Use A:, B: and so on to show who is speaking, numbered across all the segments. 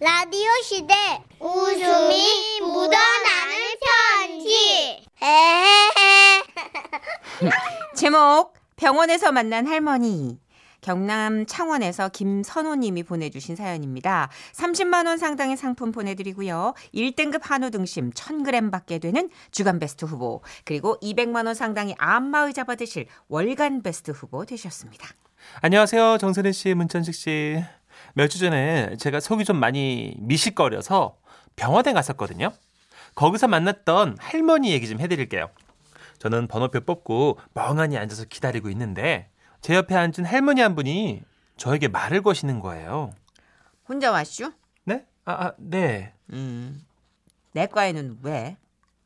A: 라디오 시대 웃음이 묻어나는 편지 에헤헤
B: 제목 병원에서 만난 할머니 경남 창원에서 김선호님이 보내주신 사연입니다. 30만 원 상당의 상품 보내드리고요. 1등급 한우 등심 1,000g 받게 되는 주간 베스트 후보 그리고 200만 원 상당의 안마의자 받으실 월간 베스트 후보 되셨습니다.
C: 안녕하세요. 정선혜 씨, 문천식 씨. 몇 주 전에 제가 속이 좀 많이 미식거려서 병원에 갔었거든요. 거기서 만났던 할머니 얘기 좀 해드릴게요. 저는 번호표 뽑고 멍하니 앉아서 기다리고 있는데 제 옆에 앉은 할머니 한 분이 저에게 말을 거시는 거예요.
B: 혼자 왔슈?
C: 네? 아, 아 네.
B: 음. 내과에는 왜?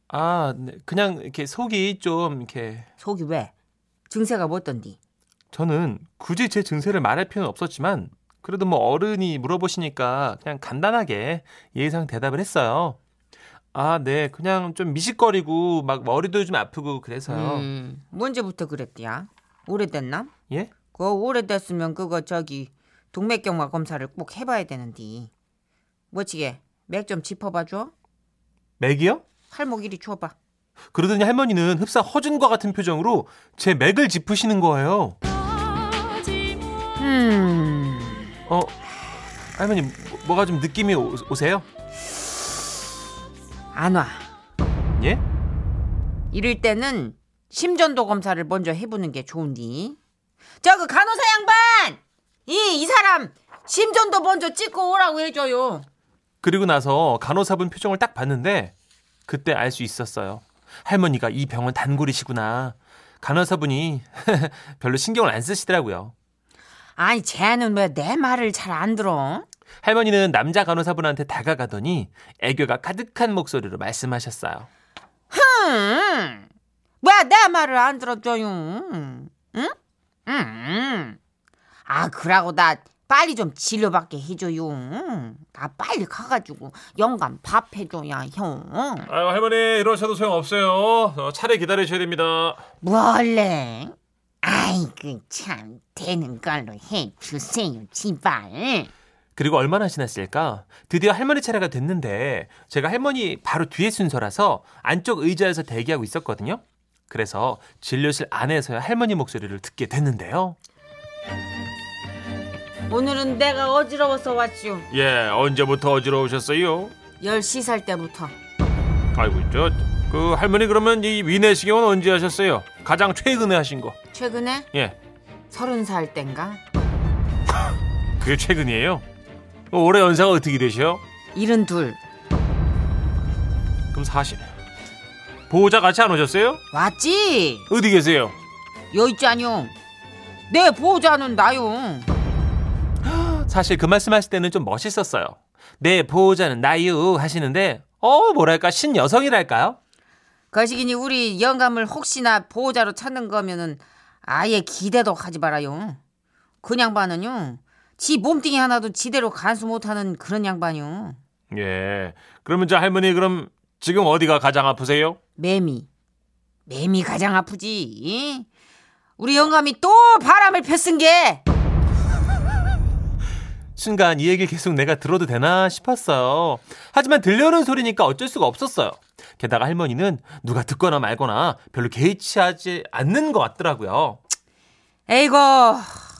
C: 아, 네. 그냥 이렇게 속이 좀 이렇게
B: 속이 왜? 증세가 뭐던디?
C: 저는 굳이 제 증세를 말할 필요는 없었지만 그래도 뭐 어른이 물어보시니까 그냥 간단하게 예의상 대답을 했어요. 아, 네. 그냥 좀 미식거리고 막 머리도 좀 아프고 그래서요.
B: 음. 언제부터 그랬디야? 오래됐나?
C: 예?
B: 그거 오래됐으면 그거 저기 동맥경화 검사를 꼭 해봐야 되는데 뭐지게 맥 좀 짚어봐줘
C: 맥이요?
B: 팔목 이리 줘봐
C: 그러더니 할머니는 흡사 허준과 같은 표정으로 제 맥을 짚으시는 거예요.
B: 음
C: 어, 할머니 뭐- 뭐가 좀 느낌이 오, 오세요?
B: 안와
C: 예?
B: 이럴 때는 심전도 검사를 먼저 해보는 게 좋은디 저그 간호사 양반 이 이 사람 심전도 먼저 찍고 오라고 해줘요
C: 그리고 나서 간호사분 표정을 딱 봤는데 그때 알 수 있었어요. 할머니가 이 병원 단골이시구나. 간호사분이 별로 신경을 안 쓰시더라고요.
B: 아니 쟤는 왜 내 말을 잘 안 들어
C: 할머니는 남자 간호사분한테 다가가더니 애교가 가득한 목소리로 말씀하셨어요.
B: 응. 뭐야 내 말을 안 들어줘요. 응? 응. 아 그러고 나 빨리 좀 진료받게 해줘요. 나 빨리 가가지고 영감 밥 해줘야 형.
C: 아유, 할머니 이러셔도 소용없어요. 차례 기다리셔야 됩니다.
B: 뭘래? 아이고 참 되는 걸로 해주세요 제발.
C: 그리고 얼마나 지났을까? 드디어 할머니 차례가 됐는데 제가 할머니 바로 뒤에 순서라서 안쪽 의자에서 대기하고 있었거든요. 그래서 진료실 안에서야 할머니 목소리를 듣게 됐는데요.
B: 오늘은 내가 어지러워서 왔죠.
C: 예, 언제부터 어지러우셨어요?
B: 10살 때부터.
C: 아이고, 저, 그, 할머니 그러면 이 위내시경은 언제 하셨어요? 가장 최근에 하신 거.
B: 최근에
C: 예,
B: 30살 땐가?
C: 그게 최근이에요? 어, 올해 연세가 어떻게 되셔?
B: 72.
C: 그럼 사실. 보호자 같이 안 오셨어요?
B: 왔지?
C: 어디 계세요?
B: 여 있잖요. 내 보호자는 나요.
C: 사실 그 말씀하실 때는 좀 멋있었어요. 내 보호자는 나유 하시는데, 어, 뭐랄까, 신여성이랄까요?
B: 거시기니 우리 영감을 혹시나 보호자로 찾는 거면은 아예 기대도 하지 말아요. 그 양반은요. 지 몸뚱이 하나도 지대로 간수 못하는 그런 양반이요.
C: 예. 그러면 저 할머니, 그럼 지금 어디가 가장 아프세요?
B: 매미. 매미 가장 아프지. 이? 우리 영감이 또 바람을 폈은 게
C: 순간 이 얘기 계속 내가 들어도 되나 싶었어요. 하지만 들려오는 소리니까 어쩔 수가 없었어요. 게다가 할머니는 누가 듣거나 말거나 별로 개의치하지 않는 것 같더라고요.
B: 에이고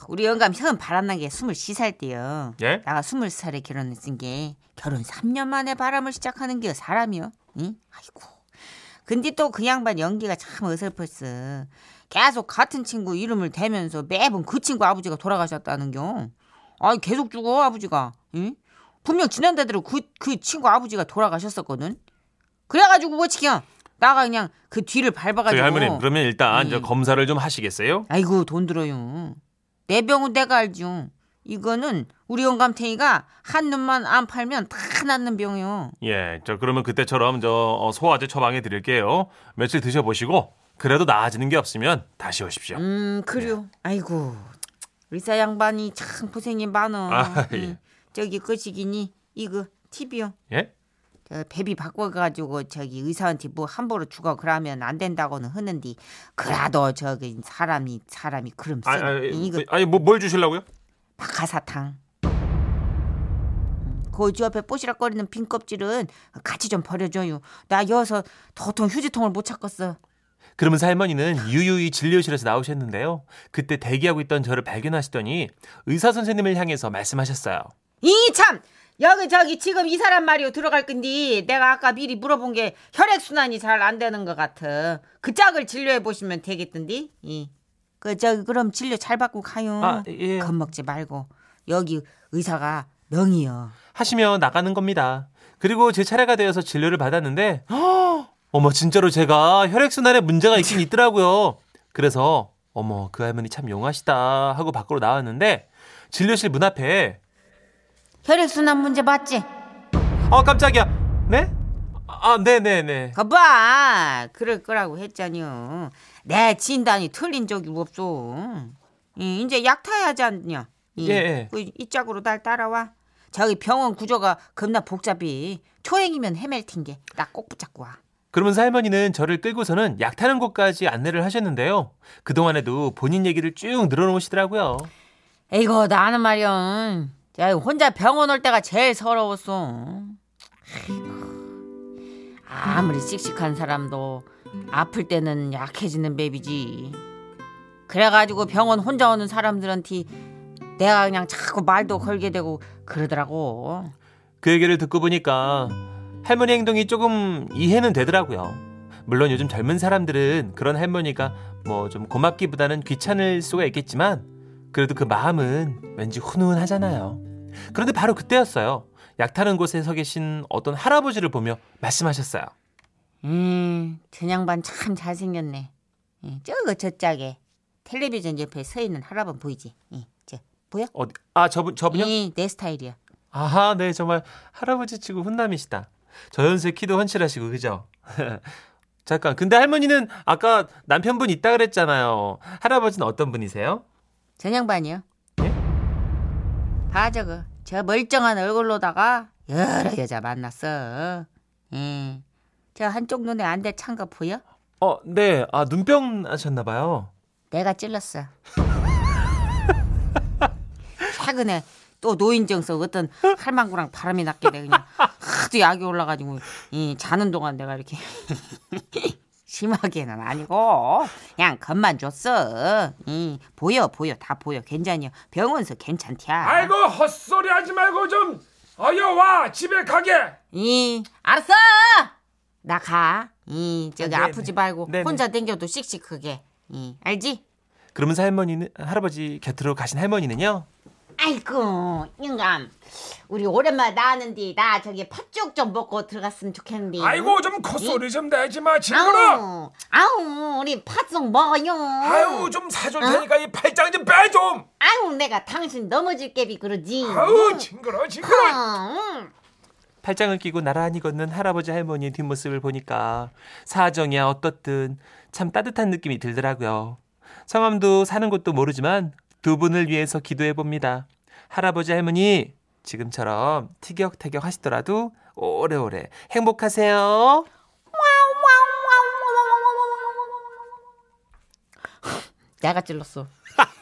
B: 우리 영감 현 바람나게 23살 때요.
C: 예?
B: 나가 20살에 결혼했은 게 결혼 3년 만에 바람을 시작하는 게 사람이요. 응? 아이고. 근데 또 그 양반 연기가 참 어설펐어. 계속 같은 친구 이름을 대면서 매번 그 친구 아버지가 돌아가셨다는겨. 아이 계속 죽어 아버지가. 응? 분명 지난달대로 그, 그 친구 아버지가 돌아가셨었거든. 그래가지고 뭐지켜 나가 그냥 그 뒤를 밟아가지고.
C: 그러면 일단
B: 저 음.
C: 검사를 좀 하시겠어요?
B: 아이고 돈 들어요. 내 병은 내가 알죠. 이거는 우리 영감탱이가 한 눈만 안 팔면 다 낫는 병이요.
C: 예, 저 그러면 그때처럼 저 어, 소화제 처방해 드릴게요. 며칠 드셔보시고 그래도 나아지는 게 없으면 다시 오십시오.
B: 음 그래요. 아이고 리사 양반이 참 고생이 많어.
C: 아,
B: 음,
C: 예.
B: 저기 거시기니 이거 팁이요.
C: 예?
B: 저 베비 바꿔가지고 저기 의사한테 뭐 함부로 주고 그러면 안 된다고는 하는데 그래도 저기 사람이 사람이 그럼 쓰
C: 아, 아,
B: 이거
C: 아니 뭐 뭘 주실라고요?
B: 박하사탕. 음, 그주 앞에 뽀시락거리는 빈 껍질은 같이 좀 버려줘요. 나 여서 도통 휴지통을 못 찾겠어.
C: 그러면서 할머니는 유유히 진료실에서 나오셨는데요. 그때 대기하고 있던 저를 발견하시더니 의사 선생님을 향해서 말씀하셨어요.
B: 이 참! 여기 저기 지금 이 사람 말이요 들어갈 건디 내가 아까 미리 물어본 게 혈액순환이 잘 안 되는 것 같아. 그 짝을 진료해 보시면 되겠던디. 이. 그 저기 그럼 진료 잘 받고 가요.
C: 아, 예.
B: 겁먹지 말고 여기 의사가 명이요.
C: 하시며 나가는 겁니다. 그리고 제 차례가 되어서 진료를 받았는데 헉! 어머 진짜로 제가 혈액순환에 문제가 있긴 있더라고요. 그래서 어머 그 할머니 참 용하시다 하고 밖으로 나왔는데 진료실 문 앞에
B: 혈액순환 문제 맞지?
C: 아 깜짝이야 네? 아 네네네
B: 거봐 그럴 거라고 했잖요. 내 진단이 틀린 적이 없어. 이, 이제 약 타야지 않냐? 이,
C: 예, 예.
B: 그, 이 짝으로 날 따라와. 저기 병원 구조가 겁나 복잡해. 초행이면 헤맬 팅게. 나 꼭 붙잡고 와.
C: 그러면서 할머니는 저를 끌고서는 약 타는 곳까지 안내를 하셨는데요 그동안에도 본인 얘기를 쭉 늘어놓으시더라고요
B: 이거 나는 말이야. 야, 혼자 병원 올 때가 제일 서러웠어. 아이고, 아무리 씩씩한 사람도 아플 때는 약해지는 맵이지. 그래가지고 병원 혼자 오는 사람들한테 내가 그냥 자꾸 말도 걸게 되고 그러더라고.
C: 그 얘기를 듣고 보니까 할머니 행동이 조금 이해는 되더라고요. 물론 요즘 젊은 사람들은 그런 할머니가 뭐 좀 고맙기보다는 귀찮을 수가 있겠지만 그래도 그 마음은 왠지 훈훈하잖아요. 그런데 바로 그때였어요. 약 타는 곳에 서 계신 어떤 할아버지를 보며 말씀하셨어요.
B: 음, 저 양반 참 잘생겼네. 예, 저거 저 짝에 텔레비전 옆에 서 있는 할아버지 보이지? 예, 저 보여?
C: 어디? 아 저분 저분요?
B: 이 내 스타일이야.
C: 아하 네 정말 할아버지치고 훈남이시다. 저연세 키도 헌칠하시고 그죠? 잠깐 근데 할머니는 아까 남편분 있다 그랬잖아요. 할아버지는 어떤 분이세요?
B: 전양반이요.
C: 예?
B: 봐 저거 저 멀쩡한 얼굴로다가 여러 여자 만났어. 예. 저 한쪽 눈에 안대 찬 거 보여?
C: 어, 네. 아, 눈병 하셨나봐요.
B: 내가 찔렀어. 최근에 또 노인정 서 어떤 할망구랑 바람이 났게 돼 그냥 하도 약이 올라가지고 이 자는 동안 내가 이렇게 심하게는 아니고 그냥 겁만 줬어. 이 보여 보여 다 보여 괜찮이요 병원서 괜찮티야.
D: 아이고 어, 헛소리 하지 말고 좀 어여 와 집에 가게
B: 이 알았어 나 가. 이 저기
C: 아, 네네.
B: 아프지 말고
C: 네네.
B: 혼자 댕겨도 씩씩하게. 이 알지?
C: 그러면서 할머니는 할아버지 곁으로 가신 할머니는요.
B: 아이고 인감 우리 오랜만에 나왔는데 나 저기 팥죽 좀 먹고 들어갔으면 좋겠는데.
D: 아이고 좀 콧소리 좀 내지 마 친구라
B: 아우 아우 우리 팥죽 먹어요.
D: 아유 좀 사줄 테니까 이 팔짱 좀 빼 좀
B: 아우, 내가 당신 넘어질 깨비 그러지.
D: 아유 징그러 징그러
B: 음.
C: 팔짱을 끼고 나란히 걷는 할아버지 할머니의 뒷모습을 보니까 사정이야 어떻든 참 따뜻한 느낌이 들더라고요. 성함도 사는 곳도 모르지만 두 분을 위해서 기도해 봅니다. 할아버지 할머니 지금처럼 티격태격 하시더라도 오래오래 행복하세요.
B: 내가 찔렀어.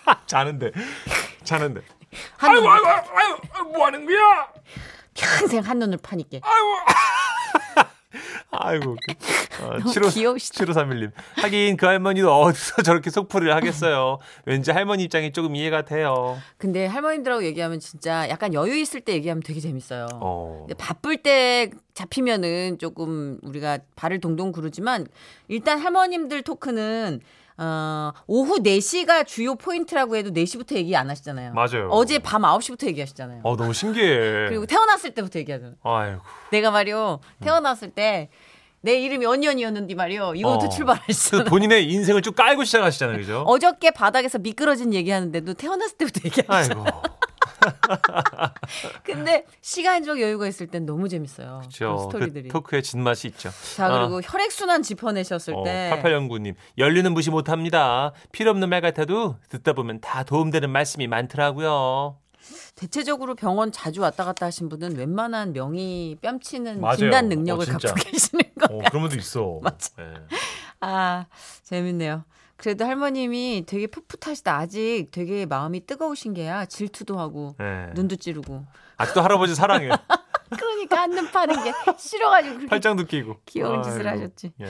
C: 아,
D: 자는데 자는데
B: 한
D: 아이고
B: 눈,
D: 아이고 아이고 아이고, 뭐 하는 거야
B: 평생 한 눈을 파니까.
D: 아이고
C: 아이고. 그, 어,
B: 너무
C: 7호,
B: 귀여우시다.
C: 7531님. 하긴 그 할머니도 어디서 저렇게 속풀이를 하겠어요. 왠지 할머니 입장이 조금 이해가 돼요.
E: 근데 할머니들하고 얘기하면 진짜 약간 여유 있을 때 얘기하면 되게 재밌어요.
C: 어.
E: 근데 바쁠 때 잡히면은 조금 우리가 발을 동동 구르지만 일단 할머님들 토크는 어, 오후 4시가 주요 포인트라고 해도 4시부터 얘기 안 하시잖아요.
D: 맞아요.
E: 어제 밤 9시부터 얘기하시잖아요.
D: 어 너무 신기해
E: 그리고 태어났을 때부터 얘기하잖아요.
D: 아이고
E: 내가 말이요.
D: 음.
E: 태어났을 때 내 이름이 언니언니였는데 말이요. 이거부터
D: 어.
E: 출발하시잖아요.
D: 본인의 인생을 쭉 깔고 시작하시잖아요 그죠
E: 어저께 바닥에서 미끄러진 얘기하는데도 태어났을 때부터 얘기하시잖아요.
D: 아이고
E: 근데 시간적 여유가 있을 땐 너무 재밌어요. 그런
D: 저, 아, 예. 그
E: 스토리들이.
D: 토크의 진맛이 있죠
E: 자
C: 아,
E: 그리고 네. 혈액순환 짚어내셨을
D: 어,
E: 때
C: 8809님, 연륜은 무시 못합니다. 필요 없는 말 같아도 듣다 보면 다 도움되는 말씀이 많더라고요.
D: 어,
E: 대체적으로 병원 자주 왔다 갔다 하신 분은 웬만한 명의 뺨치는
D: 맞아요.
E: 진단 능력을
D: 어, 진짜.
E: 갖고 계시는 거.
D: 어 그런 분도 있어
E: 맞아.
C: 예.
E: 아 재밌네요. 그래도 할머님이 되게 풋풋하시다. 아직 되게 마음이 뜨거우신 게야. 질투도 하고
D: 네.
C: 예.
E: 눈도 찌르고.
C: 아,
D: 아직도 할아버지 사랑해
B: 그러니까 한눈 파는 게 싫어가지고
D: 아.
B: 그렇게
C: 팔짱도 끼고.
B: 귀여운 짓을
C: 아이고.
B: 하셨지.
C: 예.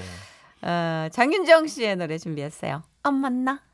B: 어, 장윤정 씨의 노래 준비했어요. 엄마나